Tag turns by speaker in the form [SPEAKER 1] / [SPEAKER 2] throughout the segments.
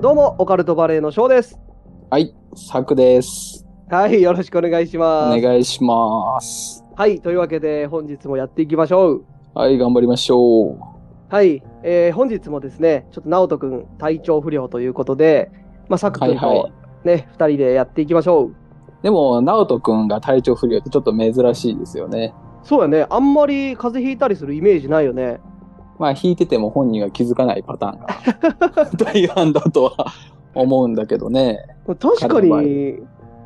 [SPEAKER 1] どうも、オカルトバレーの翔です。
[SPEAKER 2] はい、サクです。
[SPEAKER 1] はい、よろしくお願いし
[SPEAKER 2] お
[SPEAKER 1] ます。
[SPEAKER 2] 願いします。
[SPEAKER 1] はい、というわけで、本日もやっていきましょう。
[SPEAKER 2] はい、頑張りましょう。
[SPEAKER 1] はい、えー本日もですね、ちょっと直人くん、体調不良ということで、まあ、サクくん
[SPEAKER 2] はい
[SPEAKER 1] と
[SPEAKER 2] は
[SPEAKER 1] ね、二、人でやっていきましょう。
[SPEAKER 2] でも、ナオトくんが体調不良ってちょっと珍しいですよね。
[SPEAKER 1] そうやね、あんまり風邪ひいたりするイメージないよね。
[SPEAKER 2] まあ、弾いてても本人が気づかないパターンが 大半だとは思うんだけどね。
[SPEAKER 1] 確か
[SPEAKER 2] 彼の場合
[SPEAKER 1] に、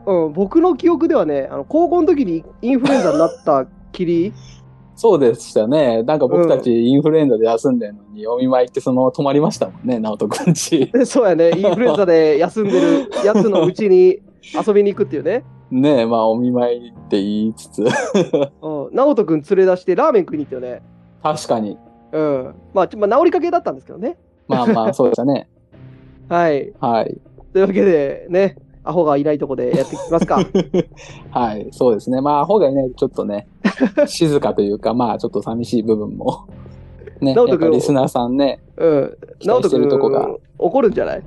[SPEAKER 1] うん、僕の記憶ではね、あの高校の時にインフルエンザになったきり、
[SPEAKER 2] そうでしたね。なんか僕たちインフルエンザで休んでるのに、お見舞いってそのまま泊まりましたもんね、ナオトくんち。
[SPEAKER 1] そうやね、インフルエンザで休んでるやつのうちに遊びに行くっていうね。
[SPEAKER 2] ねえ、まあお見舞いって言いつつ。
[SPEAKER 1] うん、直人くん連れ出してラーメン食いに行ったよね。
[SPEAKER 2] 確かに。
[SPEAKER 1] うん。まあ、ちょまあ、治りかけだったんですけどね。
[SPEAKER 2] まあまあ、そうでしたね。
[SPEAKER 1] はい。
[SPEAKER 2] はい。
[SPEAKER 1] というわけで、ね、アホがいないとこでやっていきます か。
[SPEAKER 2] はい、そうですね。まあ、アホがいないとちょっと ね、静かというか、まあ、ちょっと寂しい部分も。ね、や
[SPEAKER 1] 直
[SPEAKER 2] っ
[SPEAKER 1] 人君
[SPEAKER 2] ぱリスナーさんね、
[SPEAKER 1] うん。
[SPEAKER 2] 期
[SPEAKER 1] 直
[SPEAKER 2] 待
[SPEAKER 1] 人
[SPEAKER 2] して
[SPEAKER 1] くん
[SPEAKER 2] るとこが。
[SPEAKER 1] 怒るんじゃない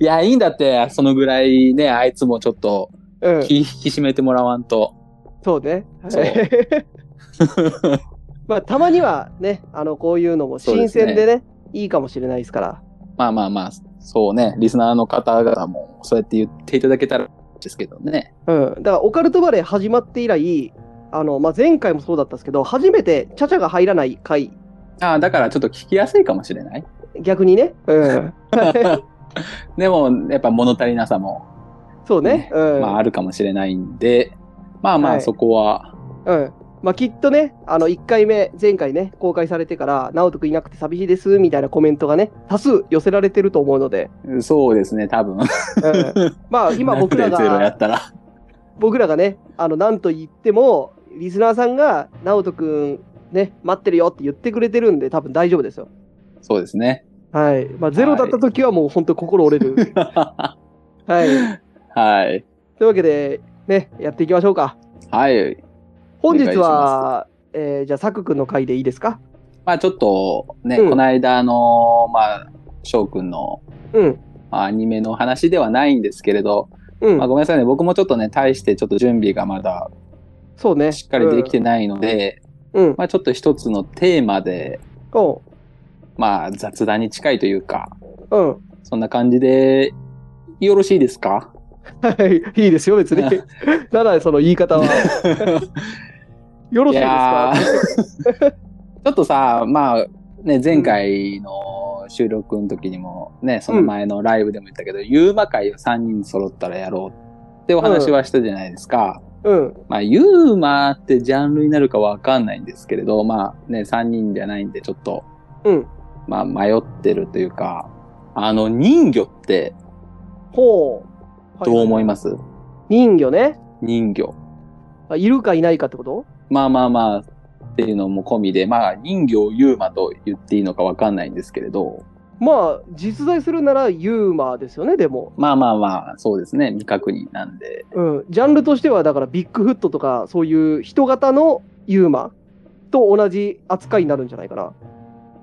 [SPEAKER 2] いや、いいんだって、そのぐらいね、あいつもちょっと
[SPEAKER 1] うん。
[SPEAKER 2] 気引き締めてもらわんと。
[SPEAKER 1] そうね。
[SPEAKER 2] そう
[SPEAKER 1] まあ、たまにはね、あの、こういうのも新鮮で
[SPEAKER 2] そう
[SPEAKER 1] ね、いいかもしれないですから。
[SPEAKER 2] まあまあまあ、そうね、リスナーの方々もそうやって言っていただけたらですけどね。
[SPEAKER 1] うん。だから、オカルトバレー始まって以来、あの、まあ、前回もそうだったんですけど、初めてチャチャが入らない回、
[SPEAKER 2] ああ、だからちょっと聞きやすいかもしれない。
[SPEAKER 1] 逆にね。うん。
[SPEAKER 2] でも、やっぱ物足りなさも、
[SPEAKER 1] そうね
[SPEAKER 2] ね。
[SPEAKER 1] うん。
[SPEAKER 2] まああるかもしれないんで、まあま
[SPEAKER 1] は
[SPEAKER 2] あ
[SPEAKER 1] い
[SPEAKER 2] そこは、
[SPEAKER 1] うん。まあ、きっとね、あの、1回目、前回ね、公開されてから、直人くんいなくて寂しいです、みたいなコメントがね、多数寄せられてると思うので、
[SPEAKER 2] そうですね、多
[SPEAKER 1] う
[SPEAKER 2] 分。
[SPEAKER 1] ん、まあ、今僕ら
[SPEAKER 2] ゼロや
[SPEAKER 1] が
[SPEAKER 2] っ、たら。
[SPEAKER 1] 僕らがね、あの、なんと言っても、リスナーさんが、直人くん、ね、待ってるよって言ってくれてるんで、多分大丈夫ですよ。
[SPEAKER 2] そうですね。
[SPEAKER 1] はい。まあ、ゼロだった時はもう本当心折れ る。
[SPEAKER 2] は
[SPEAKER 1] はい。
[SPEAKER 2] い。
[SPEAKER 1] というわけで、ね、やっていきましょうか。
[SPEAKER 2] はい。
[SPEAKER 1] 本
[SPEAKER 2] お願い
[SPEAKER 1] 日
[SPEAKER 2] し
[SPEAKER 1] は
[SPEAKER 2] ま、
[SPEAKER 1] えーじゃあ、サクくんの回でいいですか
[SPEAKER 2] まあちょっとね、
[SPEAKER 1] うん
[SPEAKER 2] この間あの、まあ、翔くんの
[SPEAKER 1] うん。
[SPEAKER 2] まあアニメの話ではないんですけれど、
[SPEAKER 1] うん。
[SPEAKER 2] まあごめんなさいね、僕もちょっとね、大してちょっと準備がまだ
[SPEAKER 1] そうね。
[SPEAKER 2] しっかりできてないので、
[SPEAKER 1] うん。うん。
[SPEAKER 2] まあちょっと一つのテーマで、
[SPEAKER 1] おう
[SPEAKER 2] まあ雑談に近いというか、
[SPEAKER 1] うん。
[SPEAKER 2] そんな感じで、よろしいですか
[SPEAKER 1] はい、いいですよ、 別に。ただ、その言い方は。よろしいですか
[SPEAKER 2] いちょっとさ、まあ、ね、前回の収録の時にもね、その前のライブでも言ったけど、ユーマ会を3人揃ったらやろうってお話はしたじゃないですか。
[SPEAKER 1] うん。
[SPEAKER 2] まあ、ユーマってジャンルになるかわかんないんですけれど、まあね、3人じゃないんでちょっと、
[SPEAKER 1] うん。
[SPEAKER 2] まあ迷ってるというか、あの人魚って
[SPEAKER 1] ほう。
[SPEAKER 2] どう思い
[SPEAKER 1] す
[SPEAKER 2] ます、
[SPEAKER 1] 人魚ね。
[SPEAKER 2] 人魚。
[SPEAKER 1] あいるかいないかってこと
[SPEAKER 2] まあまあまあ、っていうのも込みで、まあ人魚をユーマと言っていいのかわかんないんですけれど、
[SPEAKER 1] まあ、実在するならユーマーですよね、でも。
[SPEAKER 2] まあまあまあ、そうですね、未確認なんで。
[SPEAKER 1] うん。ジャンルとしては、だから、ビッグフットとか、そういう人型のユーマと同じ扱いになるんじゃないかな。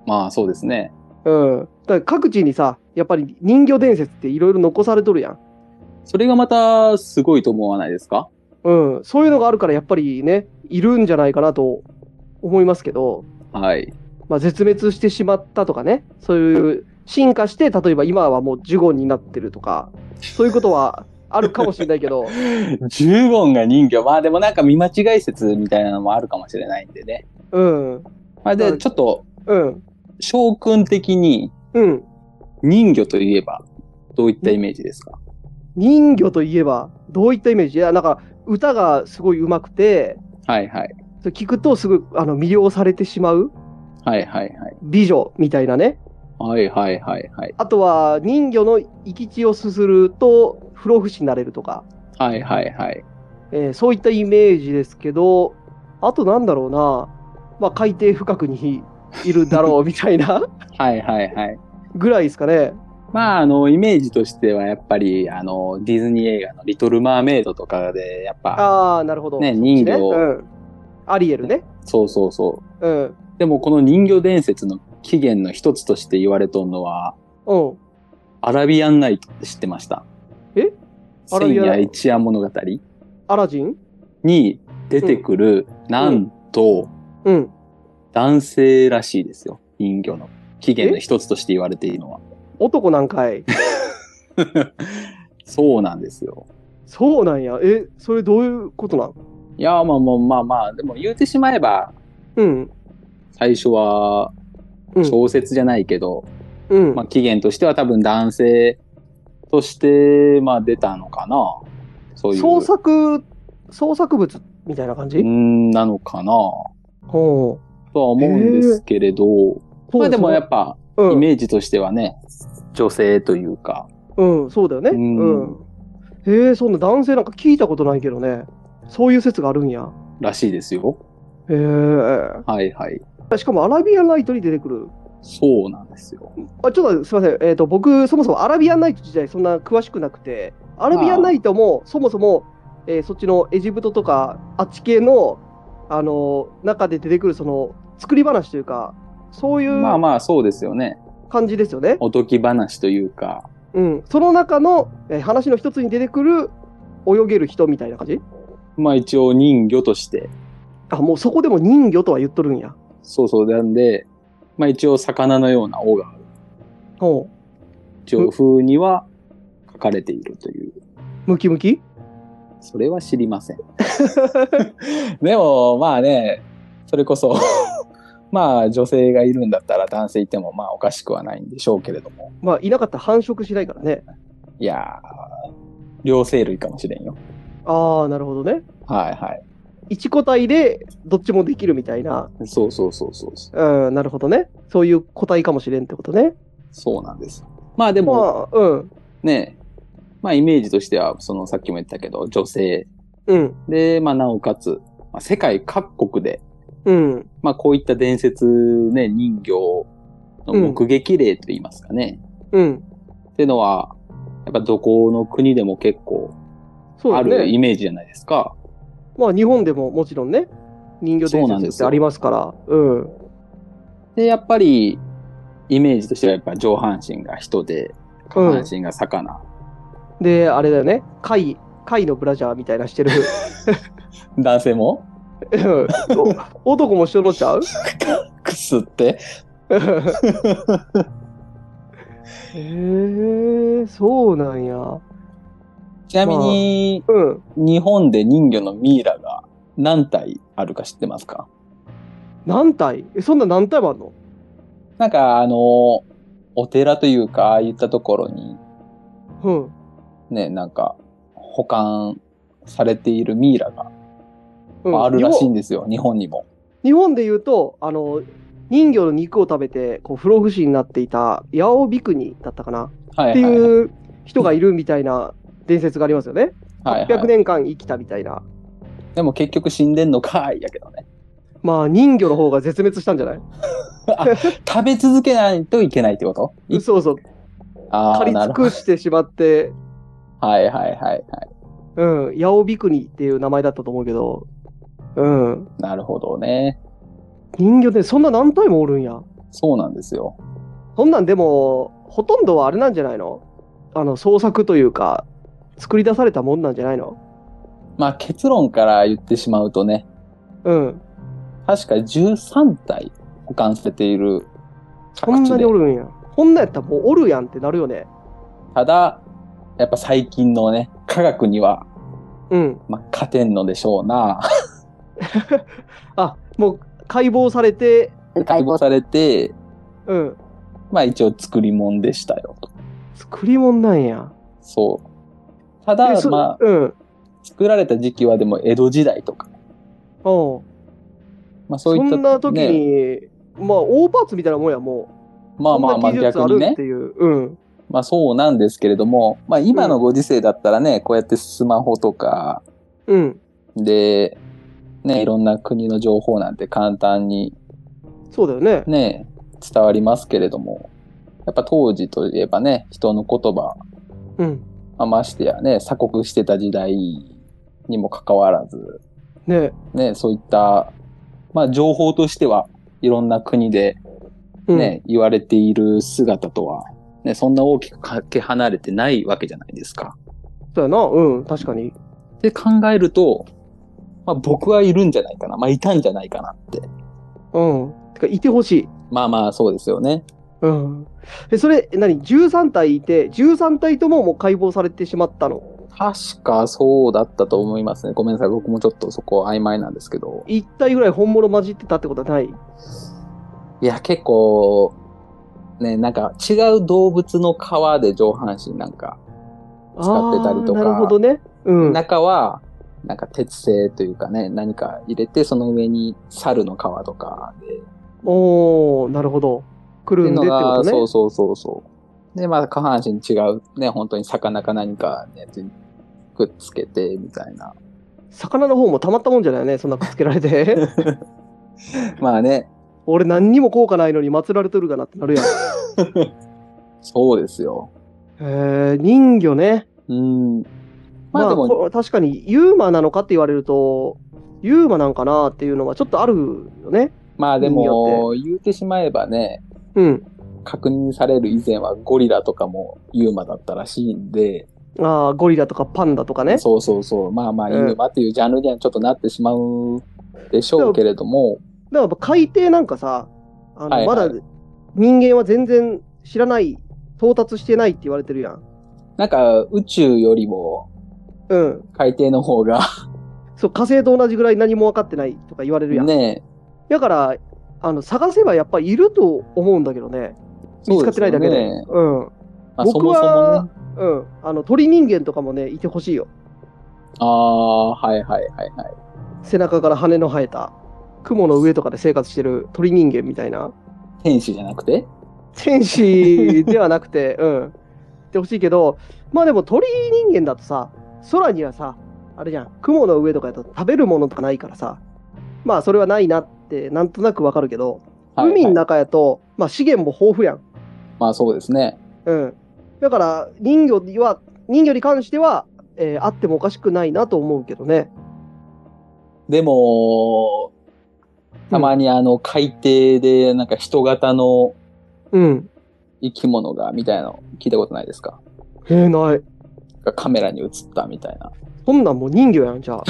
[SPEAKER 2] まあそうですね。
[SPEAKER 1] うん。だから各地にさ、やっぱり人魚伝説っていろいろ残されとるやん。
[SPEAKER 2] それがまたすごいと思わないですか
[SPEAKER 1] うん。そういうのがあるから、やっぱりね、いるんじゃないかなと思いますけど。
[SPEAKER 2] はい。
[SPEAKER 1] まあ、絶滅してしまったとかね、そういう進化して、例えば今はもうジュゴンになってるとか、そういうことはあるかもしれないけど、
[SPEAKER 2] ジュゴンが人魚。まあでもなんか見間違い説みたいなのもあるかもしれないんでね。
[SPEAKER 1] うん、
[SPEAKER 2] まあ
[SPEAKER 1] は
[SPEAKER 2] で、
[SPEAKER 1] い
[SPEAKER 2] ちょっと、
[SPEAKER 1] うん、
[SPEAKER 2] 翔くん的に
[SPEAKER 1] うん。
[SPEAKER 2] 人魚といえばどういったイメージですか
[SPEAKER 1] 人魚といえば、どういったイメージいや、なんか歌がすごい上手くて、
[SPEAKER 2] はいはい。
[SPEAKER 1] それ聞くとすぐあの魅了されてしまう
[SPEAKER 2] はいはいはい。
[SPEAKER 1] 美女みたいなね。
[SPEAKER 2] はいはいはいはい。
[SPEAKER 1] あとは人魚の生き血をすすると不老不死になれるとか、
[SPEAKER 2] はいはいはい。
[SPEAKER 1] えーそういったイメージですけど、あとなんだろうな、まあ、海底深くにいるだろうみたい な
[SPEAKER 2] はいはいはい。
[SPEAKER 1] ぐらいですかね。
[SPEAKER 2] まああの、イメージとしてはやっぱり、あの、ディズニー映画のリトル・マーメイドとかで、やっぱ、
[SPEAKER 1] ああ、なるほど。
[SPEAKER 2] ね、人魚
[SPEAKER 1] う
[SPEAKER 2] を、
[SPEAKER 1] ん。アリエルね。
[SPEAKER 2] そうそうそう。
[SPEAKER 1] うん。
[SPEAKER 2] でもこの人魚伝説の起源の一つとして言われとんのは、
[SPEAKER 1] うん。
[SPEAKER 2] アラビアンナイトって知ってました
[SPEAKER 1] えアラ
[SPEAKER 2] 千
[SPEAKER 1] ビアン
[SPEAKER 2] 夜一夜物語
[SPEAKER 1] アラジン
[SPEAKER 2] に出てくる、なんと、
[SPEAKER 1] うん。
[SPEAKER 2] 男性らしいですよ。人魚の起源の一つとして言われている のは。
[SPEAKER 1] 男なんか い。
[SPEAKER 2] そうなんですよ。
[SPEAKER 1] そうなんや。え、それどういうことなん
[SPEAKER 2] いや、まあまあまあまあ、でも言うてしまえば、
[SPEAKER 1] うん。
[SPEAKER 2] 最初は
[SPEAKER 1] うん。
[SPEAKER 2] 小説じゃないけど、
[SPEAKER 1] うん
[SPEAKER 2] まあ起源としては多分男性として、まあ出たのかな。そういう。
[SPEAKER 1] 創作、創作物みたいな感じ、
[SPEAKER 2] うんなのかな。
[SPEAKER 1] ほ
[SPEAKER 2] とは思うんですけれど、
[SPEAKER 1] う
[SPEAKER 2] まあでもや
[SPEAKER 1] ぱ、
[SPEAKER 2] っぱ、
[SPEAKER 1] うん、
[SPEAKER 2] イメージとしてはね、女性というか、
[SPEAKER 1] うん、そうだよね。う
[SPEAKER 2] うん
[SPEAKER 1] ん。へえ、そんな男性なんか聞いたことないけどね。そういう説があるんや。
[SPEAKER 2] らしいですよ。
[SPEAKER 1] へえ。
[SPEAKER 2] はいはい。
[SPEAKER 1] しかもアラビアンナイトに出てくる。
[SPEAKER 2] そうなんですよ。
[SPEAKER 1] あちょっとすみません。えっ、と、僕、そもそもアラビアンナイト自体そんな詳しくなくて、アラビアンナイトもそもそも、えーそっちのエジプトとか、あっち系の、あの中で出てくる、その、作り話というか、そういう
[SPEAKER 2] まあまあそうですよね。
[SPEAKER 1] 感じですよね。
[SPEAKER 2] おとぎ話というか、
[SPEAKER 1] うん、その中の、えー話の一つに出てくる泳げる人みたいな感じ
[SPEAKER 2] まあ一応人魚として、
[SPEAKER 1] あもうそこでも人魚とは言っとるんや。
[SPEAKER 2] そうそうなんで、まあ一応魚のような尾が、
[SPEAKER 1] ほう
[SPEAKER 2] 一応風には書かれているという。
[SPEAKER 1] ムキムキ
[SPEAKER 2] それは知りません。 でもまあね、それこそ、 まあ女性がいるんだったら男性いてもまあおかしくはないんでしょうけれども。
[SPEAKER 1] まあいなかったら繁殖しないからね。
[SPEAKER 2] いやー、両生類かもしれんよ。
[SPEAKER 1] ああなるほどね。
[SPEAKER 2] はいはい。
[SPEAKER 1] 一個体でどっちもできるみたいな。
[SPEAKER 2] そうそうそうそうそう。
[SPEAKER 1] うんなるほどね。そういう個体かもしれんってことね。
[SPEAKER 2] そうなんです。まあでも
[SPEAKER 1] まあうん
[SPEAKER 2] ね、まあイメージとしては、そのさっきも言ったけど、女性
[SPEAKER 1] うん
[SPEAKER 2] で、まあなおかつ、まあ、世界各国で、
[SPEAKER 1] うん
[SPEAKER 2] まあこういった伝説ね、人形の目撃例といいますかね、
[SPEAKER 1] うん。
[SPEAKER 2] っていうのは、やっぱどこの国でも結構
[SPEAKER 1] そう
[SPEAKER 2] あ
[SPEAKER 1] だ
[SPEAKER 2] る
[SPEAKER 1] ね。
[SPEAKER 2] イメージじゃないですか。
[SPEAKER 1] まあ日本でももちろんね人魚
[SPEAKER 2] そうなん
[SPEAKER 1] 伝
[SPEAKER 2] で
[SPEAKER 1] 説っ
[SPEAKER 2] す
[SPEAKER 1] て
[SPEAKER 2] よ
[SPEAKER 1] ありますから。うん
[SPEAKER 2] で、やっぱり、イメージとしてはやっぱ上半身が人で、下半身が魚。
[SPEAKER 1] であれだよね貝貝のブラジャーみたいな してる。
[SPEAKER 2] 男性も
[SPEAKER 1] うんお男も一緒に乗っちゃう
[SPEAKER 2] くすって。
[SPEAKER 1] へえそうなんや。
[SPEAKER 2] ちなみに、
[SPEAKER 1] うん。
[SPEAKER 2] 日本で人魚のミイラが何体あるか知ってますか
[SPEAKER 1] 何体え、そんな何体もあるの
[SPEAKER 2] なんかあのお寺というかああいったところに
[SPEAKER 1] うん。
[SPEAKER 2] ねなんか保管されているミイラが
[SPEAKER 1] うん、
[SPEAKER 2] あるらしい
[SPEAKER 1] 日
[SPEAKER 2] ん
[SPEAKER 1] 本
[SPEAKER 2] ですよ、日本にも。
[SPEAKER 1] 日本で言うと、あの、人魚の肉を食べて、こう、不老不死になっていた、八尾ビクニだったかな、
[SPEAKER 2] は
[SPEAKER 1] って
[SPEAKER 2] いはいはい
[SPEAKER 1] いう人がいるみたいな伝説がありますよね。
[SPEAKER 2] はい
[SPEAKER 1] 800
[SPEAKER 2] はい。
[SPEAKER 1] 年間生きたみたいな。
[SPEAKER 2] でも結局死んでんのかいやけどね。
[SPEAKER 1] まあ、人魚の方が絶滅したんじゃない
[SPEAKER 2] 食べ続けないといけないってことい
[SPEAKER 1] そうそう。
[SPEAKER 2] あ
[SPEAKER 1] 狩
[SPEAKER 2] あ、
[SPEAKER 1] り
[SPEAKER 2] な
[SPEAKER 1] 尽
[SPEAKER 2] るほ
[SPEAKER 1] く
[SPEAKER 2] ど。
[SPEAKER 1] してしまって、
[SPEAKER 2] はいはいはいはい。
[SPEAKER 1] うん、八尾ビクニっていう名前だったと思うけど、うん、
[SPEAKER 2] なるほどね。
[SPEAKER 1] 人魚でそんな何体もおるんや。
[SPEAKER 2] そうなんですよ。
[SPEAKER 1] そんなんでも、ほとんどはあれなんじゃないのあの、創作というか、作り出されたもんなんじゃないの
[SPEAKER 2] まあ結論から言ってしまうとね、
[SPEAKER 1] うん、
[SPEAKER 2] 確か13体保管されている
[SPEAKER 1] こん
[SPEAKER 2] 各地
[SPEAKER 1] な
[SPEAKER 2] で
[SPEAKER 1] におるんや。こんなんやったらもうおるやんってなるよね。
[SPEAKER 2] ただやっぱ最近のね科学には、
[SPEAKER 1] うん。
[SPEAKER 2] まあ、勝てんのでしょうな
[SPEAKER 1] あ、もう解剖されて、
[SPEAKER 2] 解剖されて
[SPEAKER 1] うん、
[SPEAKER 2] まあ一応作り物でしたよと
[SPEAKER 1] 作り物なんや。
[SPEAKER 2] そうた
[SPEAKER 1] え
[SPEAKER 2] だ
[SPEAKER 1] そ
[SPEAKER 2] まあ
[SPEAKER 1] うん。
[SPEAKER 2] 作られた時期はでも江戸時代とか、
[SPEAKER 1] おう
[SPEAKER 2] まあ、そ
[SPEAKER 1] そう
[SPEAKER 2] いった
[SPEAKER 1] んな時に、
[SPEAKER 2] ね、
[SPEAKER 1] まあ、大パーツみたいなもんや、もう。
[SPEAKER 2] まあまあま
[SPEAKER 1] こ
[SPEAKER 2] あ
[SPEAKER 1] んな技術あ
[SPEAKER 2] 逆に
[SPEAKER 1] るっ
[SPEAKER 2] ね
[SPEAKER 1] ていう。うん。
[SPEAKER 2] まあそうなんですけれども、まあ、今のご時世だったらねこうやってスマホとか
[SPEAKER 1] うん。
[SPEAKER 2] でねいろんな国の情報なんて簡単に
[SPEAKER 1] そうだよね。
[SPEAKER 2] ね、伝わりますけれども、やっぱ当時といえばね、人の言葉、
[SPEAKER 1] うん。
[SPEAKER 2] まあましてやね、鎖国してた時代にもかかわらず、
[SPEAKER 1] ね
[SPEAKER 2] ね、そういった、まあ情報としてはいろんな国で
[SPEAKER 1] うん
[SPEAKER 2] ね、言われている姿とは、ね、そんな大きくかけ離れてないわけじゃないですか。
[SPEAKER 1] そうやな。うん、確かに。
[SPEAKER 2] で考えると、まあ僕はいるんじゃないかな。まあいたんじゃないかなって。
[SPEAKER 1] うん。てか、いてほしい。
[SPEAKER 2] まあまあそうですよね。
[SPEAKER 1] うん。え、それ、何 ?13 体いて、13体とももう解剖されてしまったの。
[SPEAKER 2] 確かそうだったと思いますね。ごめんなさい。僕もちょっとそこ曖昧なんですけど。
[SPEAKER 1] 1体ぐらい本物混じってたってことはない。
[SPEAKER 2] いや、結構、ね、なんか違う動物の皮で上半身なんか、使ってたりとか
[SPEAKER 1] あーなるほどね。うん。
[SPEAKER 2] 中は、なんか鉄製というかね、何か入れて、その上に猿の皮とかで、
[SPEAKER 1] おー、なるほど。く
[SPEAKER 2] って
[SPEAKER 1] る
[SPEAKER 2] いうん
[SPEAKER 1] でっ
[SPEAKER 2] の
[SPEAKER 1] てこ
[SPEAKER 2] が
[SPEAKER 1] とね。
[SPEAKER 2] そうそうそうそう。で、まあ、下半身違う、ね、本当に魚か何かのやつにくっつけて、みたいな。
[SPEAKER 1] 魚の方もたまったもんじゃないよね、そんなくっつけられて。
[SPEAKER 2] まあね、
[SPEAKER 1] 俺何にも効果ないのに祀られとるかなってなるやん。
[SPEAKER 2] そうですよ。
[SPEAKER 1] へえ、人魚ね。
[SPEAKER 2] うん。ま
[SPEAKER 1] ま
[SPEAKER 2] あ
[SPEAKER 1] あ、
[SPEAKER 2] でも、
[SPEAKER 1] こ確かにユーマなのかって言われると、ユーマなんかなっていうのはちょっとあるよね。
[SPEAKER 2] まあでも、言うてしまえばね、
[SPEAKER 1] うん。
[SPEAKER 2] 確認される以前はゴリラとかもユーマだったらしいんで、
[SPEAKER 1] ああ、ゴリラとかパンダとかね。
[SPEAKER 2] そうそうそう、まあまあ
[SPEAKER 1] うん
[SPEAKER 2] ユーマっていうジャンルにはちょっとなってしまうでしょうけれど
[SPEAKER 1] だ
[SPEAKER 2] も、
[SPEAKER 1] からやっぱ海底なんかさ、あの
[SPEAKER 2] はいはい
[SPEAKER 1] まだ人間は全然知らない、到達してないって言われてるやん。
[SPEAKER 2] なんか宇宙よりも
[SPEAKER 1] うん。
[SPEAKER 2] 海底の方が
[SPEAKER 1] そう、火星と同じぐらい何も分かってないとか言われるやん。
[SPEAKER 2] ね、
[SPEAKER 1] だから、あの探せばやっぱいると思うんだけどね。見つかってないだけで。う
[SPEAKER 2] そうですよね
[SPEAKER 1] ん。
[SPEAKER 2] まあ、そ
[SPEAKER 1] 僕
[SPEAKER 2] もそも
[SPEAKER 1] は
[SPEAKER 2] ね、、
[SPEAKER 1] うん。あの、鳥人間とかもね、いてほしいよ。
[SPEAKER 2] ああ、はいはいはいはい。
[SPEAKER 1] 背中から羽の生えた。雲の上とかで生活してる鳥人間みたいな。
[SPEAKER 2] 天使じゃなくて
[SPEAKER 1] 天使ではなくて、うん。ってほしいけど、まあでも鳥人間だとさ、空にはさ、あれじゃん、雲の上とかだと食べるものとかないからさ、まあそれはないなってなんとなくわかるけど、
[SPEAKER 2] はいはい
[SPEAKER 1] 海の中やと、まあ資源も豊富やん。
[SPEAKER 2] まあそうですね。
[SPEAKER 1] うん。だから人魚には、人魚に関しては、えーあってもおかしくないなと思うけどね。
[SPEAKER 2] でも、たまにあの海底でなんか人型の
[SPEAKER 1] うん。
[SPEAKER 2] 生き物がみたいなの聞いたことないですか
[SPEAKER 1] へえ、ない。
[SPEAKER 2] がカメラに映ったみたいな。
[SPEAKER 1] そんなんもう人魚やん、じゃ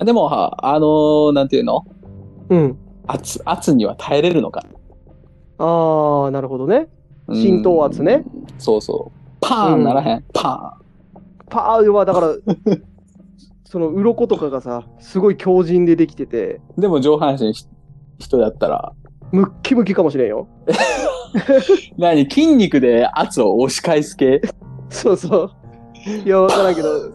[SPEAKER 1] あ。
[SPEAKER 2] でも、はあのーなんていうの
[SPEAKER 1] うん。
[SPEAKER 2] 圧、圧には耐えれるのか。
[SPEAKER 1] あー、なるほどね。
[SPEAKER 2] うん
[SPEAKER 1] 浸透圧ね。
[SPEAKER 2] そうそう。パー
[SPEAKER 1] うん
[SPEAKER 2] ンならへん、パ
[SPEAKER 1] パーはだから、 その鱗とかがさ、すごい強靭でできてて、
[SPEAKER 2] ーン。でも上半身ひ人だったら、
[SPEAKER 1] ムッキムキかもしれんよ。
[SPEAKER 2] 何筋肉で圧を押し返す系
[SPEAKER 1] そうそう。いや、わからんけど、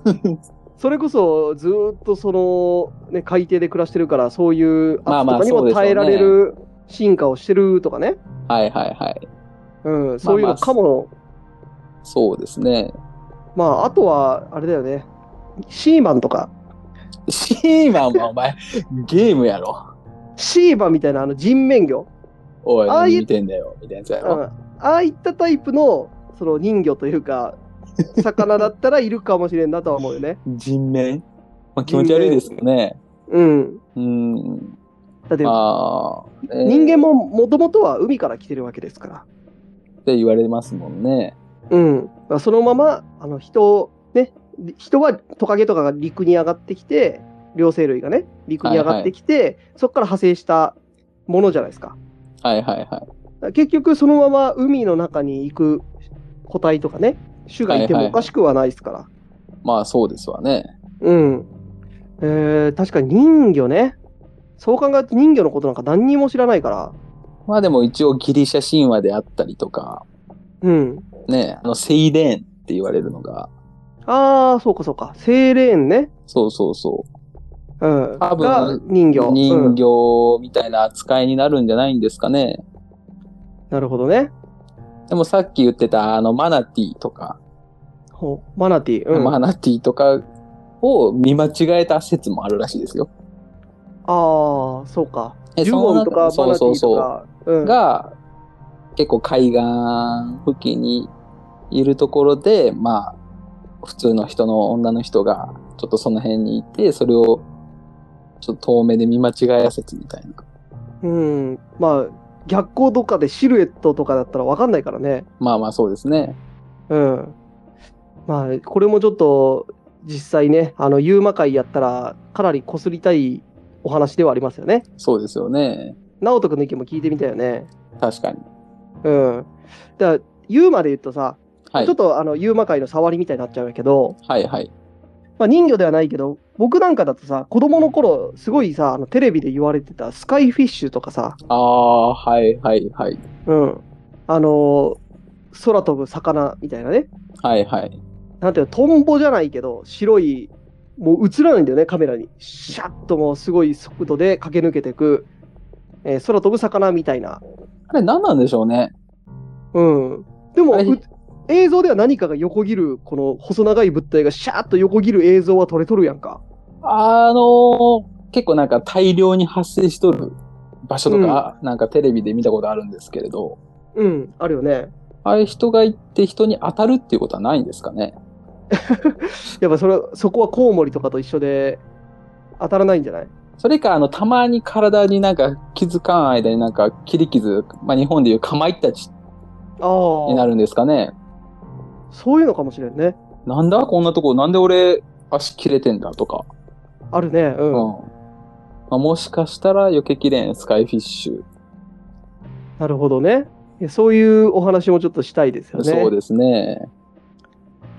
[SPEAKER 1] それこそずーっとその、ね、海底で暮らしてるから、そういう圧
[SPEAKER 2] まあま
[SPEAKER 1] と
[SPEAKER 2] あ
[SPEAKER 1] かに
[SPEAKER 2] そう
[SPEAKER 1] も
[SPEAKER 2] でしょうね
[SPEAKER 1] 耐えられる進化をしてるとかね。
[SPEAKER 2] はいはいはい。
[SPEAKER 1] うん、そういうのかも。
[SPEAKER 2] そうですね。
[SPEAKER 1] まあ、あとは、あれだよね。シーマンとか。
[SPEAKER 2] シーマンはお前、ゲームやろ。
[SPEAKER 1] シーバみたいなあの人面魚。
[SPEAKER 2] おい、
[SPEAKER 1] ああいう
[SPEAKER 2] 何見てんだよ、みたいなやつや
[SPEAKER 1] う
[SPEAKER 2] ろ。
[SPEAKER 1] んああいったタイプのその人魚という か、魚だったらいるかもしれんなとは思うよね。
[SPEAKER 2] 人面まあ気持ち悪いですよね。
[SPEAKER 1] うん。
[SPEAKER 2] うん。
[SPEAKER 1] だって、
[SPEAKER 2] まあ、えー
[SPEAKER 1] 人間ももともとは海から来てるわけですから。
[SPEAKER 2] って言われますもんね。
[SPEAKER 1] うん。まあそのまま、あの、人を、ね、人はトカゲとかが陸に上がってきて、両生類がね、陸に上がってきて、そこから派生したものじゃないですか。
[SPEAKER 2] はいはいはい。
[SPEAKER 1] 結局、そのまま海の中に行く個体とかね、種がいて
[SPEAKER 2] はいはいは
[SPEAKER 1] も
[SPEAKER 2] い
[SPEAKER 1] おかしくはないですから。
[SPEAKER 2] まあそうですわね。
[SPEAKER 1] うん。えー、確かに人魚ね。そう考えると人魚のことなんか何にも知らないから。
[SPEAKER 2] まあでも一応ギリシャ神話であったりとか、
[SPEAKER 1] うん。
[SPEAKER 2] ね、あの、セイレーンって言われるのが、
[SPEAKER 1] あー、そうかそうか。セイレーンね。
[SPEAKER 2] そうそうそう。
[SPEAKER 1] うん。
[SPEAKER 2] 多分
[SPEAKER 1] が人魚。う
[SPEAKER 2] 人
[SPEAKER 1] ん
[SPEAKER 2] 形みたいな扱いになるんじゃないんですかね。
[SPEAKER 1] なるほどね。
[SPEAKER 2] でもさっき言ってたあのマナティーとか、
[SPEAKER 1] ほうマナティー。うん、
[SPEAKER 2] マ
[SPEAKER 1] あ
[SPEAKER 2] ナティーとかを見間違えた説もあるらしいですよ。
[SPEAKER 1] ー、そうか。
[SPEAKER 2] え
[SPEAKER 1] ジュゴンとか
[SPEAKER 2] そ
[SPEAKER 1] マ
[SPEAKER 2] の
[SPEAKER 1] ナテ
[SPEAKER 2] そ
[SPEAKER 1] ィーと
[SPEAKER 2] うそうそう。
[SPEAKER 1] か。うん、
[SPEAKER 2] が、結構海岸付近にいるところで、まあ、普通の人の女の人が、ちょっとその辺にいて、それを、ちょっと遠目で見間違えや説みたいな。
[SPEAKER 1] うん。まあ、逆光とかでシルエットとかだったらわかんないからね。
[SPEAKER 2] まあまあそうですね。
[SPEAKER 1] うん。まあ、これもちょっと、実際ね、あの、ユーマ界やったら、かなり擦りたいお話ではありますよね。
[SPEAKER 2] そうですよね。
[SPEAKER 1] 直人君の意見も聞いてみたいよね。
[SPEAKER 2] 確かに。
[SPEAKER 1] うん。だから、ユーマで言うとさ、
[SPEAKER 2] はい
[SPEAKER 1] ちょっ。とあの、ユーマ界の触りみたいになっちゃうけど、
[SPEAKER 2] はいはい。
[SPEAKER 1] まあ、人魚ではないけど、僕なんかだとさ、子供の頃、すごいさ、あのテレビで言われてたスカイフィッシュとかさ、
[SPEAKER 2] ああ、はいはいはい。
[SPEAKER 1] うん。あのー空飛ぶ魚みたいなね。
[SPEAKER 2] はいはい。
[SPEAKER 1] なんていうの、トンボじゃないけど、白い、もう映らないんだよね、カメラに。シャッともうすごい速度で駆け抜けていく、えー空飛ぶ魚みたいな。
[SPEAKER 2] あれ何なんでしょうね。
[SPEAKER 1] うん。でも、
[SPEAKER 2] あれ
[SPEAKER 1] う映像では何かが横切る、この細長い物体がシャーッと横切る映像は撮れとるやんか。
[SPEAKER 2] あのー結構なんか大量に発生しとる場所とか、なんかテレビで見たことあるんですけれど、
[SPEAKER 1] うん、あるよね。
[SPEAKER 2] ああいう人が行って人に当たるっていうことはないんですかね。
[SPEAKER 1] やっぱそれ、そこはコウモリとかと一緒で、当たらないんじゃない
[SPEAKER 2] それか、あの、たまに体になんか気づかん間になんか切り傷、まあ日本でいうかまいたち
[SPEAKER 1] あ
[SPEAKER 2] になるんですかね。
[SPEAKER 1] そういうのかもしれんね。
[SPEAKER 2] なんだこんなとこ、なんで俺足切れてんだとか。
[SPEAKER 1] あるね。う。
[SPEAKER 2] うんん。まあ、もしかしたら、避けきれんスカイフィッシュ。
[SPEAKER 1] なるほどね。いやそういうお話もちょっとしたいですよね。
[SPEAKER 2] そうですね。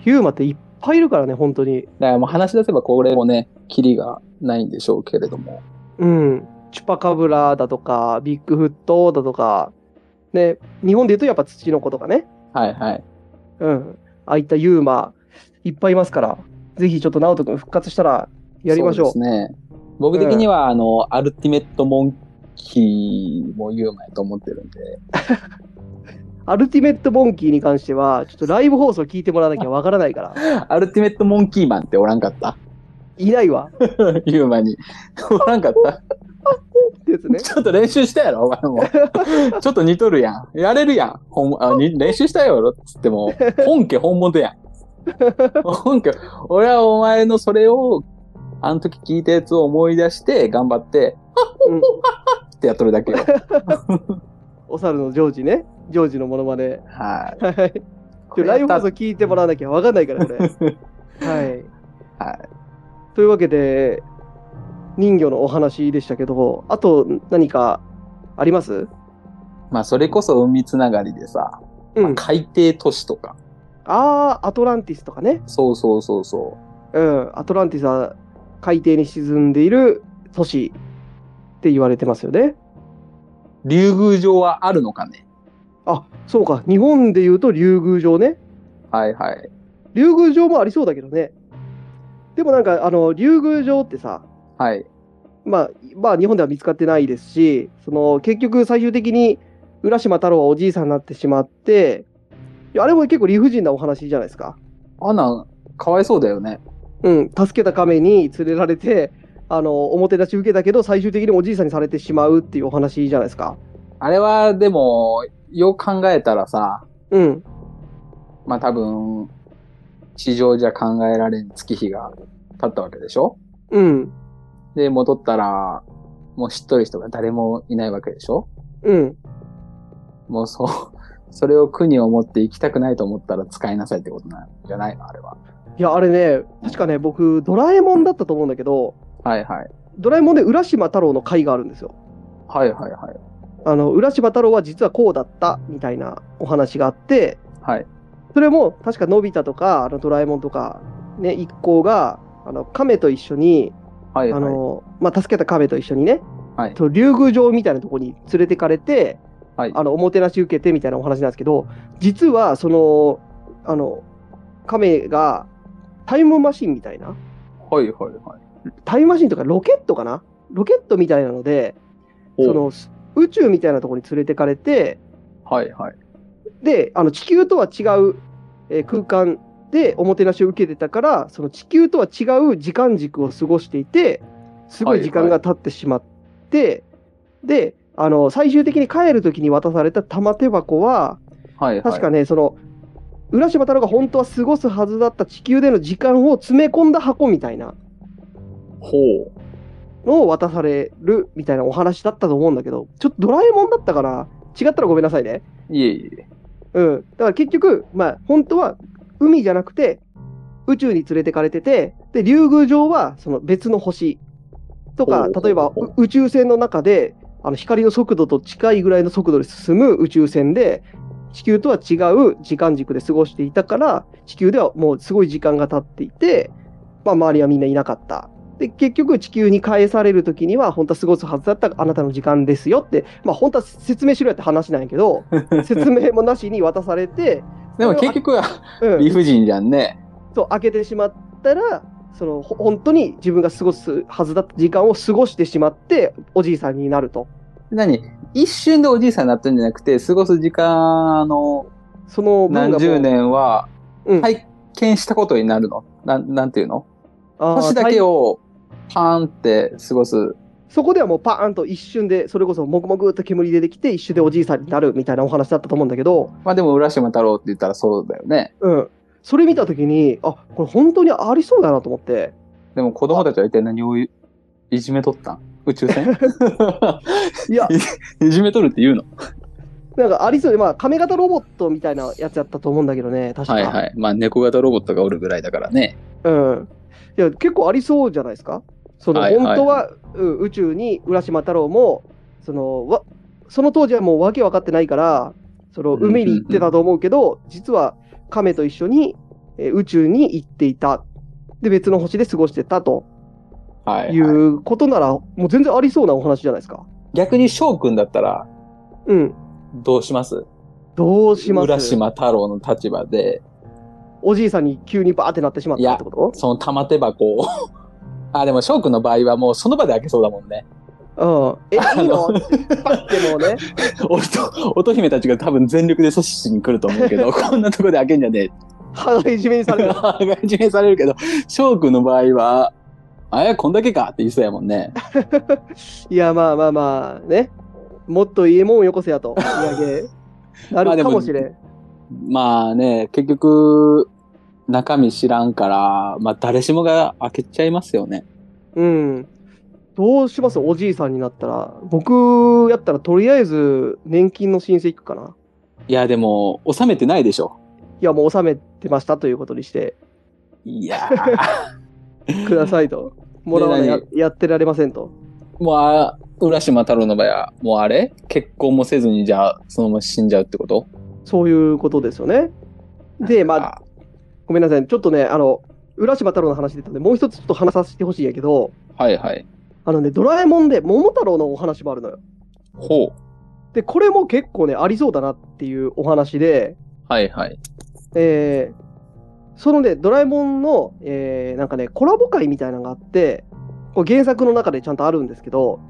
[SPEAKER 1] ヒューマっていっぱいいるからね、本当に。
[SPEAKER 2] だからもう話し出せばこれもね、キリがないんでしょうけれども。
[SPEAKER 1] うん。チュパカブラだとか、ビッグフットだとか、ね、日本で言うとやっぱ土の子とかね。
[SPEAKER 2] はいはい。
[SPEAKER 1] うん。ああいったユーマ、いっぱいいますから、ぜひちょっと直人君復活したらやりましょう。
[SPEAKER 2] そうですね。僕的には、あの、アルティメットモンキーもユーマやと思ってるんで。
[SPEAKER 1] アルティメットモンキーに関しては、ちょっとライブ放送聞いてもらわなきゃわからないから、
[SPEAKER 2] アルティメットモンキーマンっておらんかった
[SPEAKER 1] いないわ。
[SPEAKER 2] ユーマに。おらんかった
[SPEAKER 1] ってやつね。
[SPEAKER 2] ちょっと練習したやろ、お前 も。ちょっと似とるやん。やれるやん。ほんあに練習したやろっつっても、本家本物やん。本家、俺はお前のそれを、あの時聞いたやつを思い出して、頑張って、
[SPEAKER 1] うん
[SPEAKER 2] ってやっとるだ けよ。
[SPEAKER 1] お猿のジョージね。ジョージのモノマネ。
[SPEAKER 2] はい。
[SPEAKER 1] はい。
[SPEAKER 2] これ
[SPEAKER 1] ライブ
[SPEAKER 2] や
[SPEAKER 1] 放送
[SPEAKER 2] った
[SPEAKER 1] 聞いてもらわなきゃわかんない から、これ。はい。。
[SPEAKER 2] はい
[SPEAKER 1] というわけで、人魚のお話でしたけど、あと何かあります
[SPEAKER 2] まあ、それこそ海つながりでさ、
[SPEAKER 1] うん。
[SPEAKER 2] 海底都市とか。
[SPEAKER 1] あー、アトランティスとかね。
[SPEAKER 2] そうそうそうそ
[SPEAKER 1] うん。アトランティスは海底に沈んでいる都市って言われてますよね。
[SPEAKER 2] う。竜宮城はあるのかね
[SPEAKER 1] あ、そうか。日本で言うと竜宮城ね。
[SPEAKER 2] はいはい。
[SPEAKER 1] 竜宮城もありそうだけどね。でもなんか、あの、竜宮城ってさ、
[SPEAKER 2] はい。
[SPEAKER 1] まあ、まあ、日本では見つかってないですし、その結局、最終的に浦島太郎はおじいさんになってしまって、いやあれも結構理不尽なお話じゃないですか。
[SPEAKER 2] あんなん、かわいそうだよね。
[SPEAKER 1] うん、助けた亀に連れられて、あのおもてなし受けたけど、最終的におじいさんにされてしまうっていうお話じゃないですか。
[SPEAKER 2] あれは、でも、よく考えたらさ、
[SPEAKER 1] うん、
[SPEAKER 2] まあ多分、地上じゃ考えられん月日が経ったわけでしょ
[SPEAKER 1] うん、
[SPEAKER 2] で、戻ったら、もう知っとる人が誰もいないわけでしょ
[SPEAKER 1] うん。
[SPEAKER 2] もうそう、 それを苦に思って行きたくないと思ったら使いなさいってことなんじゃないのあれは。
[SPEAKER 1] いや、あれね、確かね、僕、ドラえもんだったと思うんだけど、
[SPEAKER 2] はいはい。
[SPEAKER 1] ドラえもんで浦島太郎の回があるんですよ。
[SPEAKER 2] はいはいはい。
[SPEAKER 1] あの浦島太郎は実はこうだったみたいなお話があって、
[SPEAKER 2] はい。
[SPEAKER 1] それも確かのび太とかあのドラえもんとか、ね、一行があの亀と一緒に、
[SPEAKER 2] はいは
[SPEAKER 1] あ
[SPEAKER 2] い。
[SPEAKER 1] のまあ、助けた亀と一緒にね、
[SPEAKER 2] はい
[SPEAKER 1] と竜宮城みたいなところに連れてかれて、
[SPEAKER 2] はい
[SPEAKER 1] あのおもてなし受けてみたいなお話なんですけど実はそのあの亀がタイムマシンみたいな
[SPEAKER 2] はいはいはい。
[SPEAKER 1] タイムマシンとかロケットかなロケットみたいなのでその宇宙みたいなところに連れてかれて
[SPEAKER 2] はいはい。
[SPEAKER 1] で、あの地球とは違う、えー空間でおもてなしを受けてたから、その地球とは違う時間軸を過ごしていて、すごい時間が経ってしまって、で、あの最終的に帰るときに渡された玉手箱は、
[SPEAKER 2] はいはい。
[SPEAKER 1] 確かね、その浦島太郎が本当は過ごすはずだった地球での時間を詰め込んだ箱みたいな
[SPEAKER 2] ほう。
[SPEAKER 1] のを渡されるみたいなお話だったと思うんだけど、ちょっとドラえもんだったから、違ったらごめんなさいね。
[SPEAKER 2] いえいえ。
[SPEAKER 1] うん。だから結局、まあ、本当は海じゃなくて、宇宙に連れてかれてて、で、竜宮城はその別の星とか
[SPEAKER 2] ほうほうほ、う
[SPEAKER 1] 例えばう宇宙船の中で、あの光の速度と近いぐらいの速度で進む宇宙船で、地球とは違う時間軸で過ごしていたから、地球ではもうすごい時間が経っていて、まあ、周りはみんないなかった。で、結局地球に返される時には、本当は過ごすはずだったあなたの時間ですよって、まあ、本当は説明しろやって話なんやけど、 説明もなしに渡されて、
[SPEAKER 2] でも結局は
[SPEAKER 1] うん
[SPEAKER 2] 理不尽じゃんね。
[SPEAKER 1] そう開けてしまったらそのほ本当に自分が過ごすはずだった時間を過ごしてしまっておじいさんになると
[SPEAKER 2] 何一瞬でおじいさんになったんじゃなくて、過ごす時間あの
[SPEAKER 1] その分がもう
[SPEAKER 2] 何十年は
[SPEAKER 1] うん
[SPEAKER 2] 体験したことになるの、なん、なんていうの
[SPEAKER 1] あー
[SPEAKER 2] 年だけ
[SPEAKER 1] 体
[SPEAKER 2] をパーンって過ごす。
[SPEAKER 1] そこではもうパーンと一瞬でそれこそもぐもぐっと煙出てきて一瞬でおじいさんになるみたいなお話だったと思うんだけど、
[SPEAKER 2] まあでも浦島太郎って言ったらそうだよね。
[SPEAKER 1] うん、それ見た時にあこれ本当にありそうだなと思って
[SPEAKER 2] でも子供たちは一体何をいいじめとったん宇宙船
[SPEAKER 1] いや
[SPEAKER 2] いじめとるって言うの
[SPEAKER 1] なんかありそうでまあ髪型ロボットみたいなやつだったと思うんだけどね確か、
[SPEAKER 2] はいはい。まあ猫型ロボットがおるぐらいだからね。
[SPEAKER 1] うん、いや結構ありそうじゃないですか。その
[SPEAKER 2] はいはい
[SPEAKER 1] 本当は、うん宇宙に浦島太郎もそのわその当時はもう訳分かってないからその
[SPEAKER 2] うんうんうん
[SPEAKER 1] 海に行ってたと思うけど、実は亀と一緒に、えー宇宙に行っていたで別の星で過ごしてたと
[SPEAKER 2] はい、
[SPEAKER 1] い
[SPEAKER 2] は
[SPEAKER 1] うことなら、もう全然ありそうなお話じゃないですか。
[SPEAKER 2] い。逆に翔くんだったら
[SPEAKER 1] うん、
[SPEAKER 2] どうします
[SPEAKER 1] どうします
[SPEAKER 2] 浦島太郎の立場で、
[SPEAKER 1] おじいさんに急にバーってなってしまったってこと
[SPEAKER 2] その玉手箱を。 あ、でも翔くんの場合はもうその場で開けそうだもんね。
[SPEAKER 1] うん、え、いいの
[SPEAKER 2] あの
[SPEAKER 1] パッてもうね。
[SPEAKER 2] 音、乙姫たちが多分全力で阻止しに来ると思 うけど、こんなとこで開けんじゃねえ
[SPEAKER 1] 歯がいじめにされる。
[SPEAKER 2] がいじめされるけど、翔くんの場合は、あや、こんだけかって言いそうやもんね。
[SPEAKER 1] いや、まあまあまあ、ね。もっといいもんよこせやと、売り上げ。な
[SPEAKER 2] まあで
[SPEAKER 1] る
[SPEAKER 2] も
[SPEAKER 1] かもしれん。
[SPEAKER 2] まあね、結局、中身知らんから、まあ誰しもが開けちゃいますよね。
[SPEAKER 1] うん。どうしますおじいさんになったら。僕やったらとりあえず年金の申請行くかな。
[SPEAKER 2] いや、でも、収めてないでしょ。
[SPEAKER 1] いや、もう納めてましたということにして
[SPEAKER 2] いやー
[SPEAKER 1] ください と。もらわないや
[SPEAKER 2] で
[SPEAKER 1] やってられませんと。
[SPEAKER 2] もうあ、浦島太郎の場合は、もうあれ結婚もせずに、じゃあ、そのまま死んじゃうってこと
[SPEAKER 1] そういうことですよね。で、まあ、
[SPEAKER 2] あ、
[SPEAKER 1] ごめんなさい。ちょっとね、あの、浦島太郎の話出たんで、もう一つちょっと話させてほしいんやけど、
[SPEAKER 2] はいはい。
[SPEAKER 1] あのね、ドラえもんで桃太郎のお話もあるのよ。
[SPEAKER 2] ほう。
[SPEAKER 1] で、これも結構ね、ありそうだなっていうお話で、
[SPEAKER 2] はいはい。
[SPEAKER 1] えーそのね、ドラえもんの、えーなんかね、コラボ会みたいなのがあって、これ原作の中でちゃんとあるんですけど、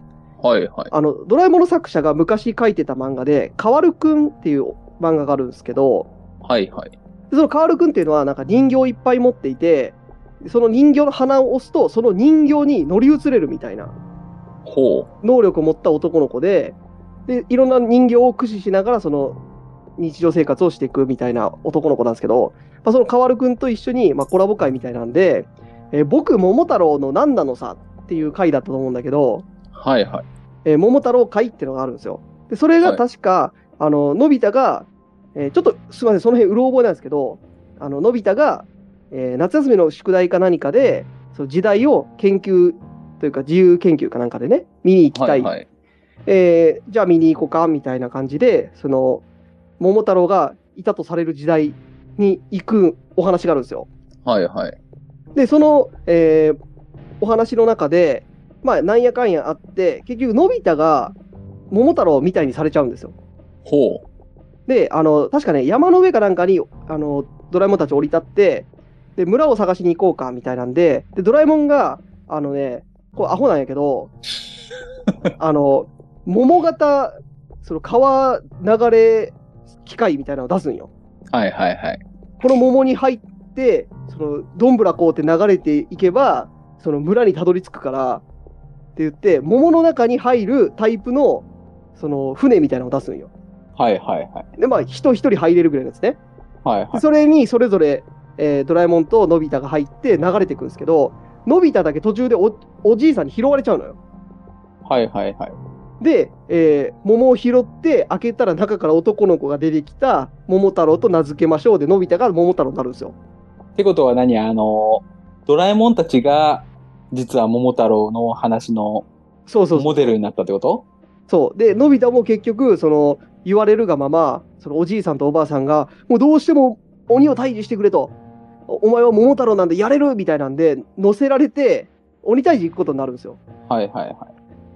[SPEAKER 2] はいはい。
[SPEAKER 1] あの、ドラえもんの作者が昔書いてた漫画で、カワルくんっていう漫画があるんですけど、
[SPEAKER 2] はいはい。
[SPEAKER 1] でそのカワルくんっていうのはなんか人形いっぱい持っていて、その人形の鼻を押すと、その人形に乗り移れるみたいな。
[SPEAKER 2] ほう。
[SPEAKER 1] 能力を持った男の子ででいろんな人形を駆使しながらその日常生活をしていくみたいな男の子なんですけど、まあ、そのカワルくんと一緒に、まあ、コラボ会みたいなんで「えー僕桃太郎の何なのさ」っていう回だったと思うんだけど、
[SPEAKER 2] はいはい。
[SPEAKER 1] えー桃太郎会っていうのがあるんですよ。でそれが確か、あののび太が、えーちょっとすみませんその辺うろ覚えなんですけどあののび太が、えー夏休みの宿題か何かでその時代を研究というか自由研究かなんかでね見に行きた
[SPEAKER 2] はい
[SPEAKER 1] い
[SPEAKER 2] はい。
[SPEAKER 1] えーじゃあ見に行こうかみたいな感じでその桃太郎がいたとされる時代に行くお話があるんですよ。
[SPEAKER 2] はいはい。
[SPEAKER 1] でその、えーお話の中で、まあ、なんやかんやあって結局のび太が桃太郎みたいにされちゃうんですよ。
[SPEAKER 2] ほう。
[SPEAKER 1] であの確かね山の上かなんかにあのドラえもんたち降り立ってで村を探しに行こうかみたいなんででドラえもんがあのねこうアホなんやけどあの桃型その川流れ機械みたいなのを出すんよ。
[SPEAKER 2] はいはいはい。
[SPEAKER 1] この桃に入ってそのどんぶらこうって流れていけばその村にたどり着くからって言って桃の中に入るタイプのその船みたいなのを出すんよ。
[SPEAKER 2] はいはいはい。
[SPEAKER 1] でまあ人一人入れるぐらいなんですね。
[SPEAKER 2] はいはい。
[SPEAKER 1] それにそれぞれ、えードラえもんとのび太が入って流れていくんですけど、のび太だけ途中でおおじいさんに拾われちゃうのよ。
[SPEAKER 2] はいはいはい。
[SPEAKER 1] で、えー桃を拾って開けたら中から男の子が出てきた桃太郎と名付けましょうでのび太が桃太郎になるんですよ。
[SPEAKER 2] ってことは何あの、ドラえもんたちが、実は桃太郎の話の
[SPEAKER 1] そうそうそう
[SPEAKER 2] モデルになったってこと
[SPEAKER 1] そうでのび太も結局その言われるがままそのおじいさんとおばあさんがもうどうしても鬼を退治してくれとおお前は桃太郎なんでやれるみたいなんで乗せられて鬼退治行くことになるんですよ
[SPEAKER 2] はいはいは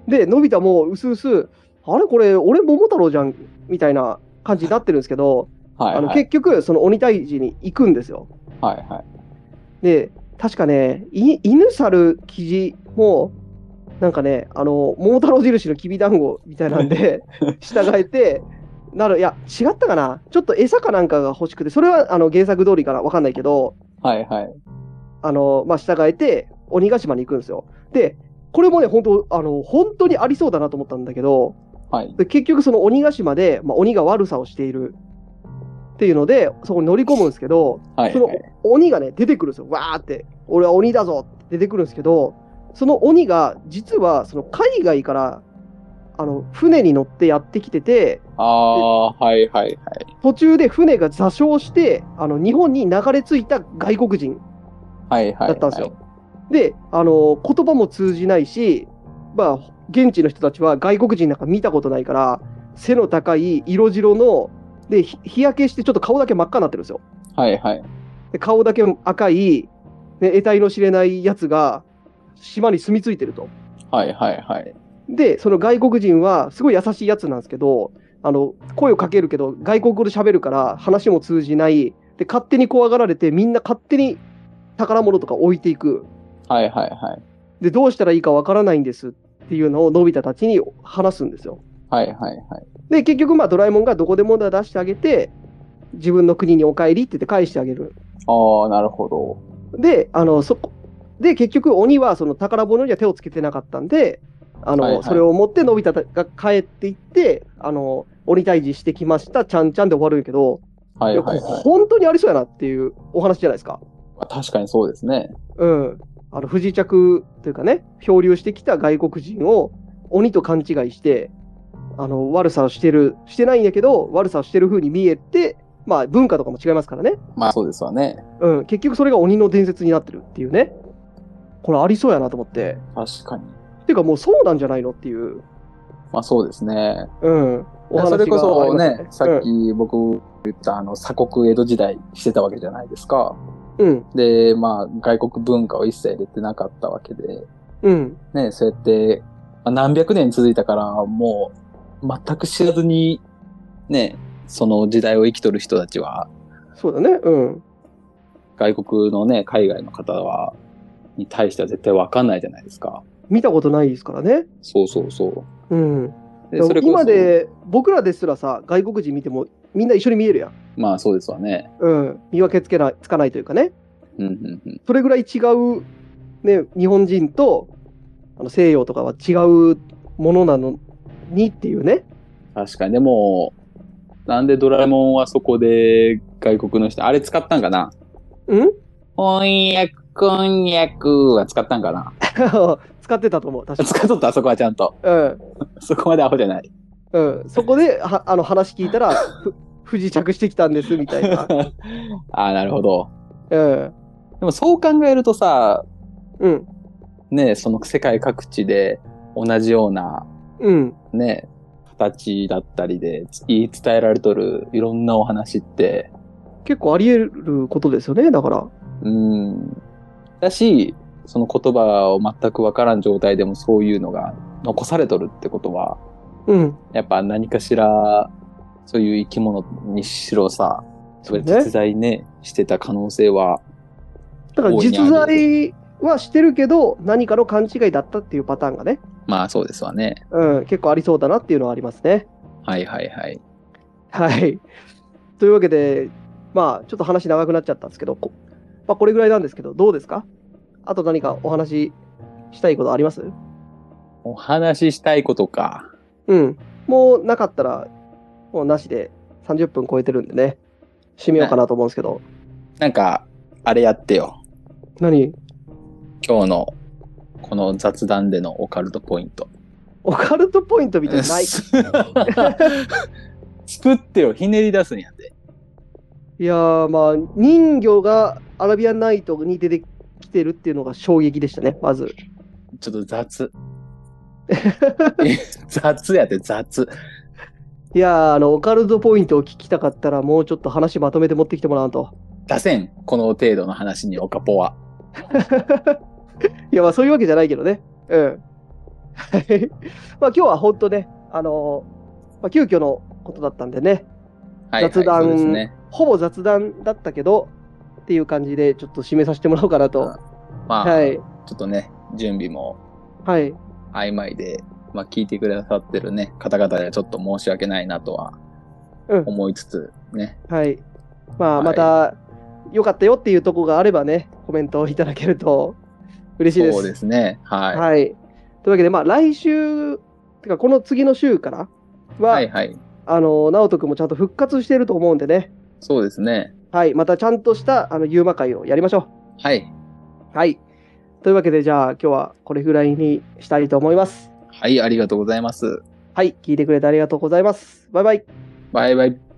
[SPEAKER 2] い。
[SPEAKER 1] でのび太もうすうすあれこれ俺桃太郎じゃんみたいな感じになってるんですけど、
[SPEAKER 2] はい、はい。
[SPEAKER 1] あの結局その鬼退治に行くんですよ
[SPEAKER 2] はいはい。
[SPEAKER 1] で確かねい犬猿キジもなんかねあの桃太郎印のきびだんごみたいなん で従えてなるいや違ったかなちょっと餌かなんかが欲しくてそれはあの原作通りかなわかんないけど
[SPEAKER 2] はいはい。
[SPEAKER 1] あの、まあ、従えて鬼ヶ島に行くんですよでこれもね本当あの本当にありそうだなと思ったんだけど
[SPEAKER 2] はい。
[SPEAKER 1] で結局その鬼ヶ島で、まあ、鬼が悪さをしているっていうのでそこに乗り込むんですけど
[SPEAKER 2] はい、
[SPEAKER 1] その
[SPEAKER 2] はい。
[SPEAKER 1] 鬼がね、出てくるんですよ。わーって、俺は鬼だぞって出てくるんですけど、その鬼が、実は、その海外から、あの、船に乗ってやってきてて、
[SPEAKER 2] ああー、はいはいはい。
[SPEAKER 1] 途中で船が座礁して、あの、日本に流れ着いた外国人
[SPEAKER 2] はいはい。
[SPEAKER 1] だったんですよ。。で、あの、言葉も通じないし、まあ、現地の人たちは外国人なんか見たことないから、背の高い色白の、で、ひ日焼けしてちょっと顔だけ真っ赤になってるんですよ。
[SPEAKER 2] はいはい。
[SPEAKER 1] で顔だけ赤い、ね、得体の知れないやつが島に住み着いてると。
[SPEAKER 2] はいはいはい。
[SPEAKER 1] で、その外国人はすごい優しいやつなんですけど、あの声をかけるけど、外国語で喋るから話も通じない、で勝手に怖がられて、みんな勝手に宝物とか置いていく、
[SPEAKER 2] はいはいはい。
[SPEAKER 1] でどうしたらいいかわからないんですっていうのをのび太たちに話すんですよ。
[SPEAKER 2] はいはいはい。
[SPEAKER 1] で、結局、まあ、ドラえもんがどこでも出してあげて、自分の国にお帰りって言って返してあげる。
[SPEAKER 2] ああ、なるほど。
[SPEAKER 1] で、あの、そこ、で、結局、鬼はその宝物には手をつけてなかったんで、あの、
[SPEAKER 2] はいはい
[SPEAKER 1] それを持って、のび太が帰っていって、あの、鬼退治してきました、ちゃんちゃんで終わるんやけど、
[SPEAKER 2] はいはい
[SPEAKER 1] いや
[SPEAKER 2] はい。
[SPEAKER 1] 本当にありそうやなっていうお話じゃないですか。
[SPEAKER 2] まあ確かにそうですね。
[SPEAKER 1] うん。あの、不時着というかね、漂流してきた外国人を鬼と勘違いして、あの、悪さをしてる、してないんやけど、悪さをしてる風に見えて、まあ、文化とかも違いますからね。
[SPEAKER 2] まあそうですわね。
[SPEAKER 1] うん、結局それが鬼の伝説になってるっていうね。これありそうやなと思って。
[SPEAKER 2] 確かに。
[SPEAKER 1] てかもうそうなんじゃないのっていう、
[SPEAKER 2] まあそうですね。
[SPEAKER 1] うん、お話が
[SPEAKER 2] それこ
[SPEAKER 1] あり
[SPEAKER 2] そ
[SPEAKER 1] ま
[SPEAKER 2] ね、
[SPEAKER 1] す
[SPEAKER 2] さっき僕言ったあの鎖国江戸時代してたわけじゃないですか。
[SPEAKER 1] うん、うん、
[SPEAKER 2] で、まあ外国文化を一切入れてなかったわけで、
[SPEAKER 1] うん、
[SPEAKER 2] ね、そうやって、まあ何百年続いたからもう全く知らずに、ね、その時代を生きとる人たちは、
[SPEAKER 1] そうだね、うん、
[SPEAKER 2] 外国のね、海外の方は、に対しては絶対わかんないじゃないですか。
[SPEAKER 1] 見たことないですからね。
[SPEAKER 2] そうそうそう。
[SPEAKER 1] うん、
[SPEAKER 2] で、それこそ、
[SPEAKER 1] 今で僕らですらさ、外国人見てもみんな一緒に見えるやん。
[SPEAKER 2] まあそうですわね。
[SPEAKER 1] うん、見分けつけないつかないというかね、
[SPEAKER 2] うんうんうん。
[SPEAKER 1] それぐらい違う、ね、日本人とあの西洋とかは違うものなのにっていうね。
[SPEAKER 2] 確かに。でも、なんでドラえもんはそこで外国の人、あれ使ったんかな
[SPEAKER 1] うん、
[SPEAKER 2] 翻訳、こんにゃくは使ったんかな
[SPEAKER 1] 使ってたと思う、確か
[SPEAKER 2] 使っとった、そこはちゃんと。
[SPEAKER 1] うん
[SPEAKER 2] そこまでアホじゃない。
[SPEAKER 1] うん、そこではあの話聞いたらふ不時着してきたんですみたい な。
[SPEAKER 2] ああ、なるほど。
[SPEAKER 1] うん
[SPEAKER 2] でもそう考えるとさ、
[SPEAKER 1] うん
[SPEAKER 2] ね、その世界各地で同じような
[SPEAKER 1] うん
[SPEAKER 2] ね、形だったりで言い伝えられとるいろんなお話って、
[SPEAKER 1] 結構あり得ることですよねだから。
[SPEAKER 2] うん。だし、その言葉を全くわからん状態でもそういうのが残されとるってことは、
[SPEAKER 1] うん
[SPEAKER 2] やっぱ何かしら、そういう生き物にしろさ、それ
[SPEAKER 1] そうね
[SPEAKER 2] 実在ね、してた可能性は、
[SPEAKER 1] だから実在はしてるけど何かの勘違いだったっていうパターンがね、
[SPEAKER 2] まあそうですわね。
[SPEAKER 1] うん、結構ありそうだなっていうのはありますね。
[SPEAKER 2] はいはいはい。
[SPEAKER 1] はいというわけでまあちょっと話長くなっちゃったんですけどこ,、まあ、これぐらいなんですけどどうですかあと何かお話ししたいことあります
[SPEAKER 2] お話ししたいことか。
[SPEAKER 1] うん。もうなかったら、もうなしで30分超えてるんでね、締めようかなと思うんですけど、
[SPEAKER 2] なんか、あれやってよ。
[SPEAKER 1] 何
[SPEAKER 2] 今日の、この雑談でのオカルトポイント。
[SPEAKER 1] オカルトポイントみたいなのない。
[SPEAKER 2] 作ってをひねり出すんやで。
[SPEAKER 1] いやー、まあ、人魚がアラビアンナイトに出てきてるっていうのが衝撃でしたね、まず。
[SPEAKER 2] ちょっ と雑。え雑やで、雑。
[SPEAKER 1] いやー、あの、オカルトポイントを聞きたかったら、もうちょっと話まとめて持ってきてもらわんと。
[SPEAKER 2] 出せん。この程度の話にオカポは。
[SPEAKER 1] いや、まあ、そういうわけじゃないけどね。うん。 はい。まあ、今日は本当ね、あのーまあ、急遽のことだったんでね、
[SPEAKER 2] はい、はい、
[SPEAKER 1] 雑談
[SPEAKER 2] そうですね。
[SPEAKER 1] ほぼ雑談だったけど、っていう感じで、ちょっと締めさせてもらおうかなと。
[SPEAKER 2] まあ、
[SPEAKER 1] はい。
[SPEAKER 2] ちょっとね、準備も
[SPEAKER 1] はい。
[SPEAKER 2] 曖昧で、まあ、聞いてくださってるね、方々にはちょっと申し訳ないなとは
[SPEAKER 1] うん
[SPEAKER 2] 思いつつ、ね。
[SPEAKER 1] はい。ま
[SPEAKER 2] は
[SPEAKER 1] あ、
[SPEAKER 2] い
[SPEAKER 1] また、良かったよっていうとこがあればね、コメントをいただけると嬉しいです。
[SPEAKER 2] そうですね。はい。は
[SPEAKER 1] はい。というわけで、まあ、来週、てか、この次の週からは、
[SPEAKER 2] い、はい。
[SPEAKER 1] あの、直人君もちゃんと復活してると思うんでね、
[SPEAKER 2] そうですね。
[SPEAKER 1] はい。またちゃんとした、あの、ユーマ会をやりましょ
[SPEAKER 2] はい。
[SPEAKER 1] う。はい。というわけで、じゃあ、今日はこれぐらいにしたいと思います。
[SPEAKER 2] はい、ありがとうございます。
[SPEAKER 1] はい。聞いてくれてありがとうございます。バイバイ。
[SPEAKER 2] バイバイ。